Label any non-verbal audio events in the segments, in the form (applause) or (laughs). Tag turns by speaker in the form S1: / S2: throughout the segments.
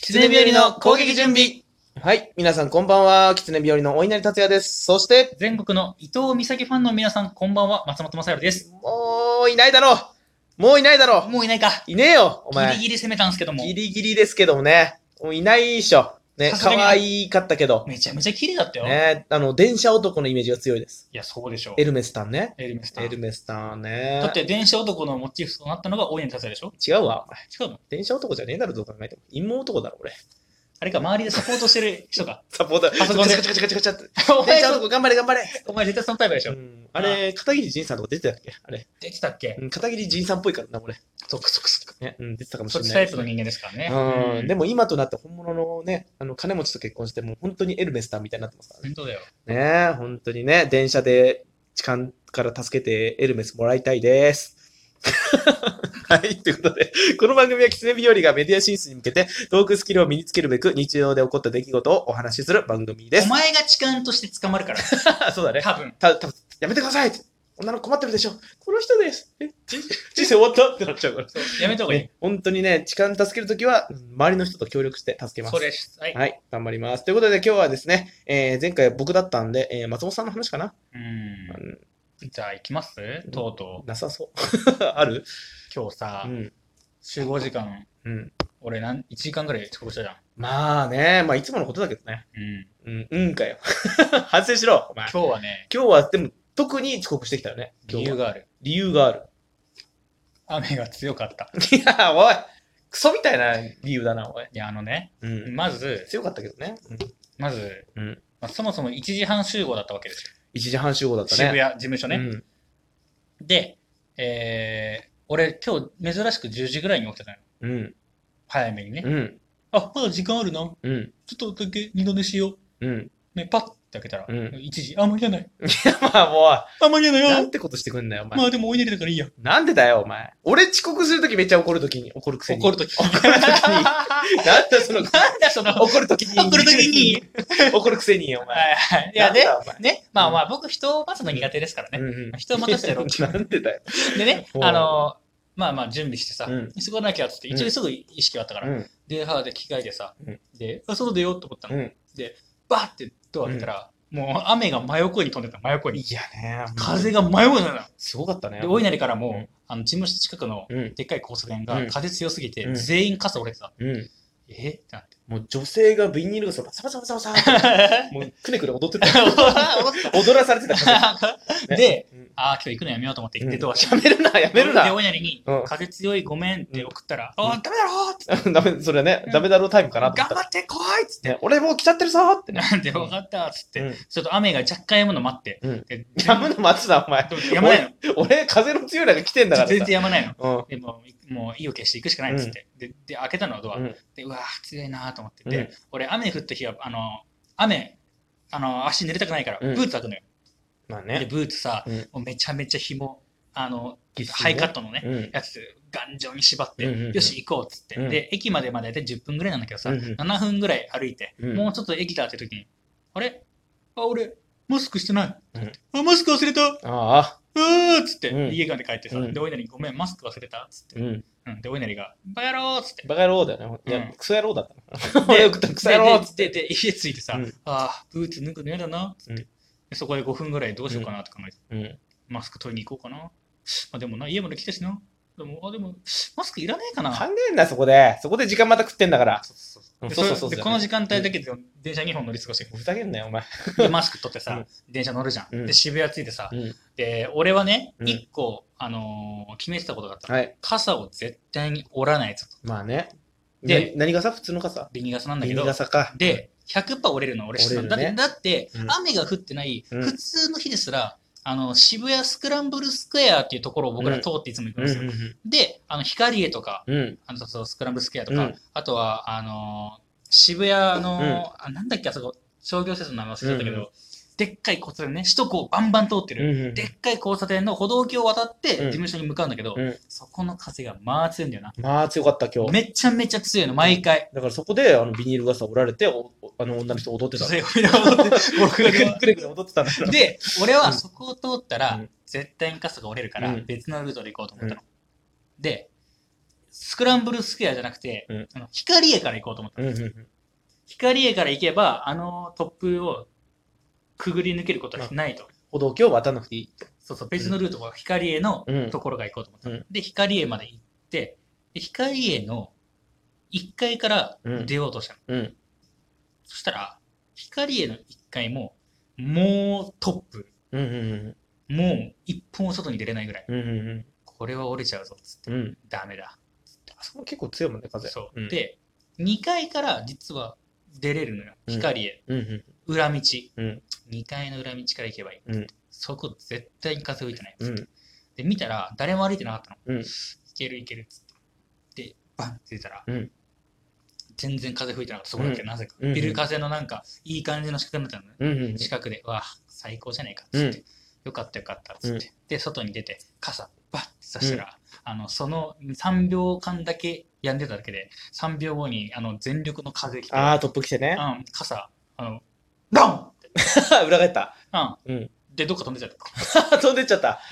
S1: 狐日和の攻撃準備
S2: はい。皆さんこんばんは。狐日和のお稲荷達也です。そして、
S1: 全国の伊藤美咲ファンの皆さん、こんばんは、松本正弘です。
S2: もういないだろう。もういないだろう。
S1: もういないか。
S2: いねえよ、お
S1: ギ
S2: 前。
S1: リギリ攻めたんですけども。
S2: ギリギリですけどもね。もういないでしょ。ね
S1: さ、す
S2: 可
S1: がに
S2: 愛かったけど。
S1: めちゃめちゃ綺麗だったよ。
S2: ね、あの、電車男のイメージが強いです。
S1: いや、そうでしょう
S2: エ。ルメスタンね。
S1: エルメスタ
S2: エ
S1: ー
S2: ル。メスタンね。
S1: だって、電車男のモチーフとなったのが大家の達也でしょ
S2: 違うわ。お
S1: 違
S2: 前
S1: うの
S2: 電車男じゃねえだろ、どう考えても。陰謀男だろ、俺。
S1: あれか、周りでサポートしてる人か。
S2: サポーター。
S1: パソコンで
S2: カチャカチャカチャカチャカチャっ
S1: (laughs)
S2: て。
S1: お
S2: 電
S1: 前
S2: 車
S1: そ、
S2: 男頑張れ頑張れ。
S1: (laughs) お前絶対そのタイプでし
S2: う
S1: ょ。
S2: んあれ、片桐仁さんとか出てたっけあれ。
S1: 出てたっけ
S2: うん片桐仁さんっぽいからな、俺。
S1: そっかそっかそっか。
S2: ね、うん、出てたかもし
S1: そっ
S2: れ
S1: ち
S2: な
S1: タ
S2: い
S1: イプの人間ですからね。
S2: うん、でも今となって本物のね、あの金持ちと結婚して、もう本当にエルメスターみたいになってますから
S1: 本当だよ。
S2: ね。ねえ本当にね、電車で痴漢から助けてエルメスもらいたいです。 (laughs) はい、ということで、この番組は狐日和がメディア進出に向けて、トークスキルを身につけるべく、日常で起こった出来事をお話しする番組で
S1: お
S2: す。
S1: 前が痴漢として捕まるから、
S2: そうだね。
S1: 多分。
S2: た、た、やめてくださいって女の子困ってるでしょこの人ですえ、人人生終わったってなっちゃうから。
S1: そうやめた方がいい。
S2: ね本当にね、痴漢助けるときは、うん周りの人と協力して助けます。
S1: それ、はい。
S2: はい、頑張ります。ということで今日はですね、えー前回僕だったんで、えー松本さんの話かな、
S1: うん
S2: う。ん
S1: じゃあ行きますとうと
S2: なさそう。 (laughs) ある
S1: う。今日さ
S2: う、ん。
S1: 集合時間、
S2: うん。
S1: 俺なん、1時間ぐらい遅刻したじゃん。
S2: まあね、まあいつものことだけどね。
S1: うん。
S2: うん、うんかよ。 (laughs) 反省しろ、お前。
S1: 今日はね、
S2: 今日は、でも、特に遅刻してきたよね。今
S1: 理
S2: 日は
S1: 由がある。
S2: 理由がある。
S1: 雨が強かった。
S2: いや、おい、クソみたいな理由だな、おい。
S1: いや、あのね、
S2: うん。
S1: まず、
S2: 強かったけどね。うん
S1: まず、
S2: うん
S1: まあ、そもそも1時半集合だったわけですよ。
S2: 1時半集合だったね。
S1: 渋谷事務所ね。
S2: うん。
S1: で、えー、俺今日珍しく10時ぐらいに起きてたのよ。
S2: うん。
S1: 早めにね。
S2: うん。
S1: あ、まだ時間あるな。
S2: うん。
S1: ちょっとだけ二度寝しよ
S2: うん。
S1: う。ね、パッて開けたら、
S2: うん
S1: 1時。あ、間に合わない。
S2: (laughs) まあ、も
S1: あ、間に合わ
S2: う、
S1: な
S2: ないん
S1: よ。
S2: てことしてくんだよ、お前
S1: ま。あでもおいでりだからいいや。
S2: なんでだよ、お前。俺遅刻するときめっちゃ怒るときに、怒るくせに。
S1: 怒るとき。
S2: 怒ると
S1: (laughs)
S2: きになんだその、
S1: なんだその、 (laughs) 怒
S2: 怒るときに。
S1: るときに。。
S2: 怒るくせに、お前。
S1: はいはい。いや、で
S2: なん、だお前
S1: ね、まあまあ僕人を待つの苦手ですからね。
S2: うんうん
S1: 人を待たせてやろう
S2: なんでだよ。
S1: でね
S2: ほ、う
S1: あのまあまあ準備してさ、
S2: うん
S1: 急がなきゃっつって、一応すぐ意識はあったから、
S2: うん。
S1: で、歯で着替えてさ、
S2: うん
S1: で、あ、外出ようと思ったの。
S2: うん
S1: で、バーってドア開けたら、もう雨が真横に飛んでた、真横に。
S2: いやね。
S1: 風が真横に飛んで
S2: すごかった
S1: た。
S2: ね。
S1: で、お稲荷からも、
S2: うん
S1: あの、事務所近くの、
S2: うん。
S1: でっかい交差点
S2: う
S1: が
S2: ん
S1: 風強すぎて、
S2: うん
S1: 全員傘折れてた。
S2: うん。
S1: えってな
S2: (laughs)
S1: って。 (laughs)
S2: もう女性がビニール傘、サバサバサバサバってもうくねくね踊ってた。踊らされてた風。 (laughs) ね
S1: で、
S2: うん
S1: ああ、今日行くのやめようと思って行って
S2: うん
S1: ドア閉
S2: やめるな、やめ
S1: め
S2: る
S1: る
S2: な
S1: で、。お稲荷に
S2: うん、
S1: 風強いごめんって送ったら、
S2: ん
S1: ああ、ダメだろーって。
S2: ダメ、それはね、ダメだろうタイムかな
S1: 頑
S2: と思った
S1: 張って、怖いっつって。
S2: ね俺もう来ちゃってるぞってね。
S1: なんで分かったっつって、
S2: うん
S1: ちょっと雨が若干止むの待って。
S2: うん
S1: で
S2: やむの待つな、お前。
S1: でもやまないの。
S2: 俺、風の強い中来てんだからさ。
S1: 全然やまないの。
S2: うん。
S1: でもうもう意を決して行くしかないっつって、でで開けたのはドア、
S2: うん
S1: でうわー強いなーと思って
S2: うん
S1: で、俺雨降った日はあの雨あの足濡れたくないから、
S2: うん
S1: ブーツ履くのよ
S2: まあ
S1: で
S2: ね。
S1: ブーツさ、
S2: うん
S1: もうめちゃめちゃ紐あの
S2: ぎっしりね
S1: ハイカットのね、
S2: うん。
S1: やつ頑丈に縛って、
S2: うんうんうん
S1: よし行こうっつって、
S2: うん
S1: で駅までまで大体10分ぐらいなんだけどさ、
S2: うんうん
S1: 7分ぐらい歩いて、
S2: うん
S1: もうちょっと駅だって時にあれあ俺マスクしてない、
S2: うん
S1: あマスク忘れたう
S2: あ
S1: ーっつって、
S2: うん
S1: 家まで帰ってさ、
S2: うん
S1: でお稲荷にごめんマスク忘れたっつって
S2: あ。、うん。
S1: うん、でお稲荷がバカ野郎っつって
S2: バカ野郎だよね。いうや
S1: ん、
S2: クソ野郎だったな。 (laughs) 俺送ったらクソ野郎っつっ
S1: で
S2: て。
S1: ででで家着いてさ、
S2: うん
S1: ああブーツ脱ぐの嫌だなっつって、
S2: うん
S1: でそこで5分ぐらいどうしようかなって考えて、
S2: うん。
S1: マスク取りに行こうかな、まあ、でもな家まで来たしなでもあでもマスクいらねえかな
S2: 考えんな、そこで。そこで時間また食ってんだから。
S1: そうそう
S2: うん
S1: で
S2: そうそうそ
S1: れ
S2: うそ
S1: で
S2: う
S1: この時間帯だけで電車2本乗り過ごして
S2: ふざけんなよ、お前。
S1: でマスク取って
S2: う
S1: さ
S2: ん
S1: 電車乗るじゃ
S2: うん
S1: んで渋谷着いてさ
S2: うん。
S1: で俺はね
S2: うん
S1: 1個あのー決めてたことがあった
S2: はい。
S1: 傘を絶対に折らないぞと
S2: まあね。
S1: で
S2: で、何傘普通の傘
S1: ビニ傘なんだけ
S2: 右
S1: ど
S2: 傘か。
S1: で100%折れるの俺知ってた
S2: 折れ
S1: だっ
S2: る
S1: て
S2: ね
S1: だって
S2: うん
S1: 雨が降ってない
S2: うん
S1: 普通の日ですらあの渋谷スクランブルスクエアっていうところを僕ら通っていつも行く
S2: うんん。
S1: で
S2: う
S1: すよ
S2: ん
S1: であの光栄とか
S2: うん。
S1: あのそうそうスクランブルスクエアとか、
S2: うん
S1: あとは、あのー渋谷の、
S2: うん
S1: あなんだっけ、あそこ、商業施設の名前忘れちゃったけど、
S2: うんう
S1: でっかい交差点ね、首都高バンバン通って
S2: うん
S1: る、
S2: うん
S1: でっかい交差点の歩道橋を渡って
S2: うん
S1: 事務所に向かうんだけど、
S2: うん
S1: そこの風がまあ強いんだよな。
S2: まあ、強かった、今日。
S1: めちゃめちゃ強いの、毎回。
S2: だからそこで、あの、ビニール傘折られて、おおあの、女の人踊ってた
S1: 女
S2: (laughs) の。
S1: 性を見ながら踊って僕が
S2: くねくねくね踊ってたんだから。
S1: で、俺
S2: う
S1: は
S2: ん
S1: そこを通ったら、
S2: うん
S1: 絶対に傘が折れるから、
S2: うん
S1: 別のルートで行こうと思ったの。で、スクランブルスクエアじゃなくて、
S2: うん
S1: あの光栄から行こうと思った。
S2: うんうんうん
S1: 光栄から行けば、あの突風をくぐり抜けることはないと。
S2: 歩道橋を渡らなくていい。
S1: そうそう、別のルートが光栄の
S2: うん
S1: ところが行こうと思った。
S2: うん
S1: で、光栄まで行って、で光栄の1階から出ようとしたの。
S2: うん。
S1: そしたら、光栄の1階も、もうトップ。
S2: うんうん
S1: もう一本も外に出れないぐらい。
S2: うん。うんうん
S1: これは折れちゃうぞ、つって。
S2: うん。うん。
S1: ダメだ。
S2: あそこ結構強いもんね、風。
S1: そうう。
S2: ん、
S1: で、2階から実は出れるのよ。
S2: うん
S1: 光へ。
S2: うんうん。
S1: 裏道。
S2: うん
S1: 2階の裏道から行けばいい。
S2: うん
S1: そこ絶対に風吹いてない。
S2: うん。
S1: で、見たら誰も歩いてなかったの。
S2: うん
S1: いけるいけるっつって。で、バンって出たら、
S2: うん
S1: 全然風吹いてなかった。そこだけ、なぜか。
S2: うん
S1: ビル風のなんか、いい感じの仕掛けになったのね。
S2: うんうんうん。
S1: 近くで、わあ、最高じゃねえかっつって、
S2: う
S1: よかったよかったっつって、で、外に出て、傘、バッてさしたら、あの、その3秒間だけやんでただけで、3秒後に、あの、全力の風来て、
S2: ああ、トップ来てね。
S1: うん、傘、あの、ドンって、
S2: (laughs) 裏返った。
S1: うん、
S2: うん
S1: で、どっか飛んでっちゃった。
S2: 飛んでっちゃった。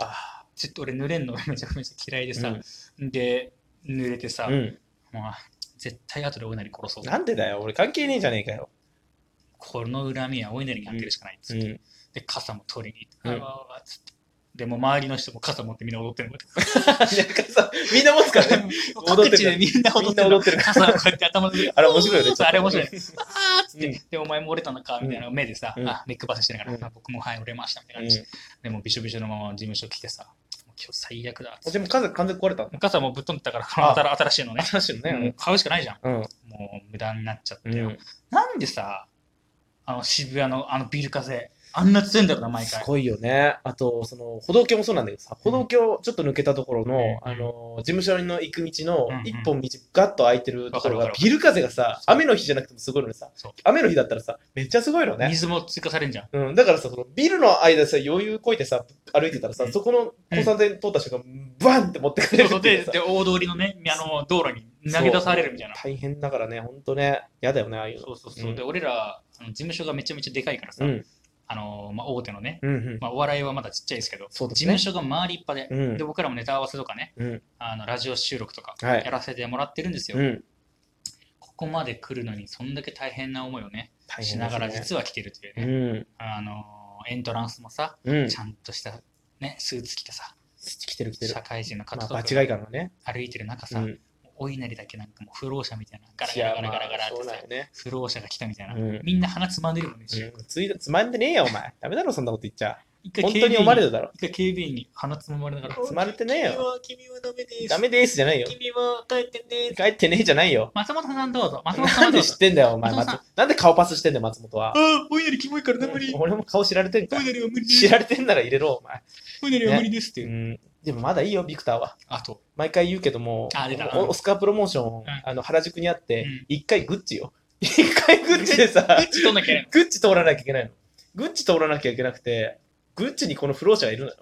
S1: あちょっと俺、濡れんのめちゃくちゃ嫌いでさ、
S2: う
S1: で、濡れてさ、
S2: ん。うん
S1: もうあ絶対後でお稲荷殺そう。
S2: なんでだよ、俺関係ねえじゃねえかよ。
S1: この恨みはお稲荷にやってるしかないっつ
S2: う (laughs)
S1: って、
S2: ん。
S1: で、傘も取りに行って、
S2: うん
S1: あわわわっつって。でもう周りの人も傘持ってみんな踊ってるの。
S2: なんかさ、みんな持つからね。
S1: 各地でみんな踊ってる。
S2: (laughs) みんな踊ってる
S1: 傘を
S2: (laughs)
S1: こうやって頭の上に
S2: あれ面白いよね
S1: うーそうあれ面白い。
S2: ちょっ
S1: あーっつって、
S2: うん
S1: で、お前も折れたのか、みたいな目でさ、
S2: うん
S1: あ、目配せしながら、
S2: うん
S1: あ僕もはい、折れました、みたいな
S2: うん
S1: 感じで。でも、びしょびしょのまま事務所来てさ、もう今日最悪だっつって。
S2: (laughs) でも風完全に壊れたの。
S1: 傘もうぶっ飛んでたから、この新新しいのね。
S2: 新しいの
S1: もう
S2: ね。
S1: 買うしかないじゃん。
S2: うん。
S1: もう無駄になっちゃって
S2: う
S1: よ。
S2: ん。
S1: なんでさ、あの渋谷のあのビル風、あんな強いんだろうな、毎
S2: す
S1: 回。
S2: ごいよね。あと、その、歩道橋もそうなんだけどさ、歩道橋ちょっと抜けたところ
S1: う
S2: の、
S1: ん
S2: あの、事務所の行く道の
S1: うんうん
S2: 一本道ガッと開いてるところ
S1: わかるわ
S2: が
S1: か、る
S2: ビル風がさ、
S1: そう
S2: 雨の日じゃなくてもすごいのにさ
S1: そう、
S2: 雨の日だったらさ、めっちゃすごいのね。
S1: 水も追加されるじゃ
S2: (laughs)
S1: ん。
S2: うん、だからさ、そのビルの間でさ、余裕こいてさ、歩いてたらさ、
S1: うん
S2: そこの交差点通った瞬間、バンって持ってかれる
S1: そう
S2: ってい
S1: で
S2: うさ
S1: で、大通りのね、あの道路に投げ出されるみたいな。
S2: 大変だからね、ほんとね、嫌だよね、ああいうの。
S1: そうそうそう。
S2: うん
S1: で、俺ら、あの事務所がめちゃめちゃでかいからさ、
S2: うん、
S1: あのまあ、大手のね、
S2: うん、うん。
S1: まあ、お笑いはまだちっちゃいですけど、
S2: そうで
S1: 事
S2: すね
S1: 務。所が周りっぱで、
S2: うん
S1: で、僕らもネタ合わせとかね、
S2: うん、
S1: あのラジオ収録とか
S2: は
S1: や
S2: い。
S1: らせてもらってるんですよ。
S2: うん、
S1: ここまで来るのに、そんだけ大変な思いをね、
S2: 大変
S1: しながら
S2: です
S1: 実は来てるという
S2: ね
S1: ね、
S2: うん、
S1: あのエントランスもさ、
S2: うん
S1: ち。ゃんとした、ね、スーツ着てさ、
S2: 来てる来てる。
S1: 社会人の方
S2: ま
S1: と
S2: あ、
S1: か
S2: 場違い感がね。
S1: 歩いてる中
S2: う
S1: さ、
S2: ん。
S1: お稲荷だけなんかもう不老者みたいな、ガラ
S2: い
S1: ガ
S2: や
S1: ラガラガラガラ
S2: まあ
S1: っ
S2: そ
S1: て
S2: う
S1: さ
S2: だ、よね。
S1: 不老者が来たみたいな、
S2: うん
S1: みんな鼻つまんでるもんね、一瞬
S2: うんついつまんでねえよ、お前。ダメだろ、そんなこと言っちゃ。
S1: 一回
S2: 本
S1: 警
S2: 当
S1: 備員
S2: におまれだろ。
S1: 一回警備員に鼻つままれながら、
S2: つまれてねえよ。
S1: 君は、君はダメです。
S2: ダメですじゃないよ。
S1: 君は帰ってね
S2: 帰ってねえじゃないよ。
S1: 松本さんどうぞ。松本さ
S2: なんん
S1: どう
S2: で
S1: ぞ
S2: 知っ。てんだよ、お前。
S1: 松本
S2: 松
S1: さん
S2: 本なんで顔パスしてんだよ、松本は。
S1: あ、おいなりキモいから無理。
S2: 俺も顔知られてん
S1: お
S2: か
S1: い。なりは無理で
S2: 知
S1: す。
S2: られてんなら入れろ、お前。
S1: おいなりは無理ですっていう。
S2: うん、でもまだいいよ、ビクターは。
S1: あと、
S2: 毎回言うけども、
S1: あ出た
S2: おオスカープロモーション、
S1: ん
S2: あの原宿にあっ
S1: う
S2: て
S1: ん、
S2: 一、回グッチよ。一回グッチでさ
S1: グ、ッチ取んなきゃいけない
S2: グッチ通らなきゃいけないの。グッチ通らなきゃいけなくて、グッチにこの不老者がいるのよ。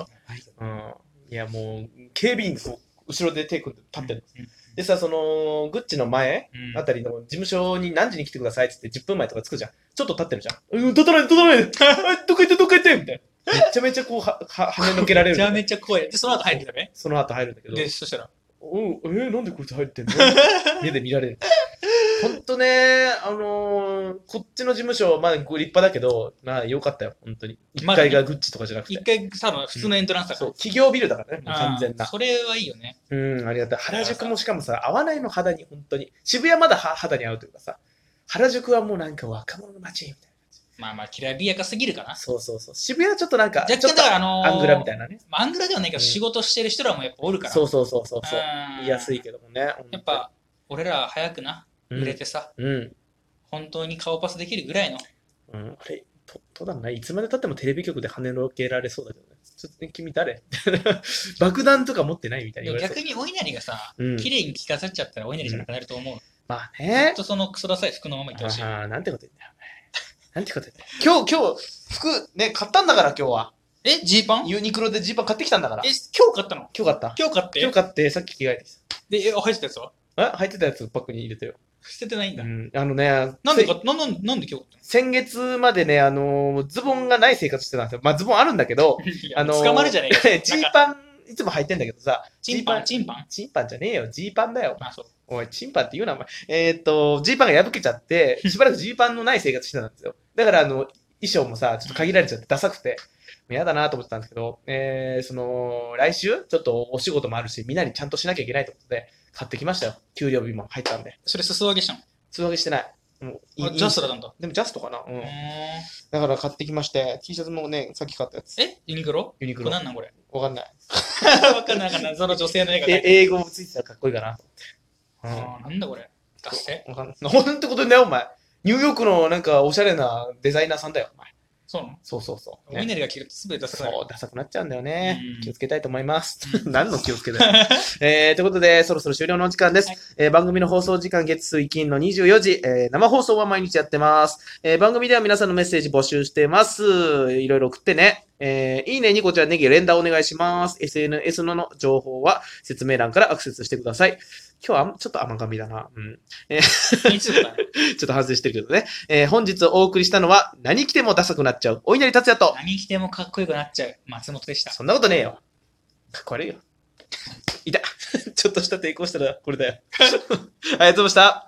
S2: うん。いや、もう、警備員がこう後ろで手組んで立ってるの。でさ、その、グッチの前
S1: の。うん
S2: あたりの事務所に何時に来てくださいって言って10分前とか着くじゃん。ちょっと立ってるじゃん。うん、立たない、立たないあどっか行って、どっか行ってみたいな。めちゃめちゃこう、は、は、跳ねのけら
S1: め
S2: れる
S1: ちゃ
S2: のね。
S1: めちゃ怖い。で、その後入ってたね。
S2: その後入るんだけど。
S1: で、そしたら、
S2: おうえー、なんでこいつ入
S1: (laughs)
S2: ってんの目で見られる。ほんとね、あのーこっちの事務所、まあ、ご立派だけど、まあ、よかったよ、本当に。一
S1: まだね
S2: 階がグッチとかじゃなくて。
S1: 一回さ、普通のエントランスだか
S2: そ
S1: ら
S2: う、。企業ビルだからね、もう
S1: あー
S2: 完全な。
S1: それはいいよね。
S2: うん、ありがたい。原宿もしかもさ、合わないの肌に、本当に。渋谷まだは肌に合うというかさ、原宿はもうなんか若者の街みたい
S1: まあまあ、きらびやかすぎるかな
S2: な。。そうそうそう。渋谷はちょっとなんか、
S1: 若
S2: ちょ
S1: 干
S2: っと
S1: だから、あのー
S2: アングラみたいなね。
S1: まあアングラではないけど、
S2: うん
S1: 仕事してる人らもやっぱおるから。
S2: そうそうそうそうそう。
S1: うん
S2: 言いやすいけどもね。
S1: やっぱ、俺ら早くな、
S2: うん
S1: 売れてさ、
S2: うん。
S1: 本当に顔パスできるぐらいの。
S2: うん、あれ、と、とだな、いつまで経ってもテレビ局で跳ねのけられそうだけどね。ちょっと、ね、君誰 (laughs) 爆弾とか持ってないみたい
S1: で
S2: に
S1: も
S2: 言われそ
S1: 逆にお稲荷がさ、
S2: う。うん。
S1: 綺麗に着飾っちゃったらお稲荷じゃなくなると思う。
S2: まあ
S1: ず
S2: ね
S1: っ。とそのクソダサい服のままいってほしい。
S2: ああ、なんてこと言うんだよ。なんてこと言うんだよ。今日、今日、服ね、買ったんだから今日は。
S1: え、ジーパンえ、
S2: ユニクロでジーパン買ってきたんだから。今
S1: 今日買ったの
S2: 日買った
S1: 今日買って
S2: 今日買って、さっき着替えてき
S1: で、え、入ってたやつは
S2: た。え入ってたやつパックに入れてよ。
S1: 捨ててないん
S2: う
S1: だ。
S2: ん。あのね、
S1: なんで
S2: せ
S1: か、なんなんなんで今日買っ
S2: 先月までね、あのーズボンがない生活してたんですよ。まあ、ズボンあるんだけど、
S1: たのいや
S2: あのー
S1: 捕まるじゃねえか
S2: ジーパンいつも履いてんだけどさ、
S1: チンパン、チンパン
S2: ジーパンじゃねえよ、ジーパンだよ。
S1: まあそう。
S2: おい、チンパンって言うな、お前。えーっと、ジーパンが破けち
S1: (laughs)
S2: ゃって、しばらくジーパンのない生活してたんですよ。だから、あの、衣装もさ、ちょっと限られちゃって、ダサくて、嫌だなと思ってたんですけど、えー、その、来週、ちょっとお仕事もあるし、みんなにちゃんとしなきゃいけないってことで、買ってきましたよ。給料日も入ったんで。
S1: それ裾上げしたの
S2: 通話してない。もう
S1: あジャストだったんだ。
S2: でもジャストかなうん
S1: う。ー
S2: だから買ってきまして、T シャツもね、さっき買ったやつ。
S1: んえユニクロ
S2: ユニク
S1: これな
S2: ロ。
S1: んなんこれ (laughs)
S2: わかんない。
S1: わかんないわかんない。その女性の絵が
S2: え
S1: ね。
S2: 英語もついてたらかっこいいかな。うん。
S1: あーなんだこれ出して。
S2: わかんない。なんてことね、お前。ニューヨークのなんかおしゃれなデザイナーさんだよ、お前。
S1: そうなの
S2: そうそうそう。
S1: お稲
S2: ね、
S1: 荷が着るとすべて出さ
S2: そ、
S1: ないう
S2: ダサくなっちゃうんだよね
S1: うん。
S2: 気をつけたいと思
S1: (laughs)
S2: います。
S1: うん
S2: 何の気をつけだよ。えー、ということで、そろそろ終了のお時間です。
S1: はい
S2: えー番組の放送時間月水金の24時、えー生放送は毎日やってます。えー番組では皆さんのメッセージ募集してます。いろいろ送ってね。えーいいねにこちらネギ連打お願いします。SNS のの情報は説明欄からアクセスしてください。今日はあんちょっと甘噛みだな。うん。
S1: (laughs) いつだね。
S2: ちょっと反省してるけどね。えー本日お送りしたのは、何着てもダサくなっちゃう、お稲荷達也と。
S1: 何着てもかっこよくなっちゃう松本でした。
S2: そんなことねえよ。かっこ悪 (laughs) いよ。いた。ちょっとした抵抗したら、これだよ。ありがとうございました。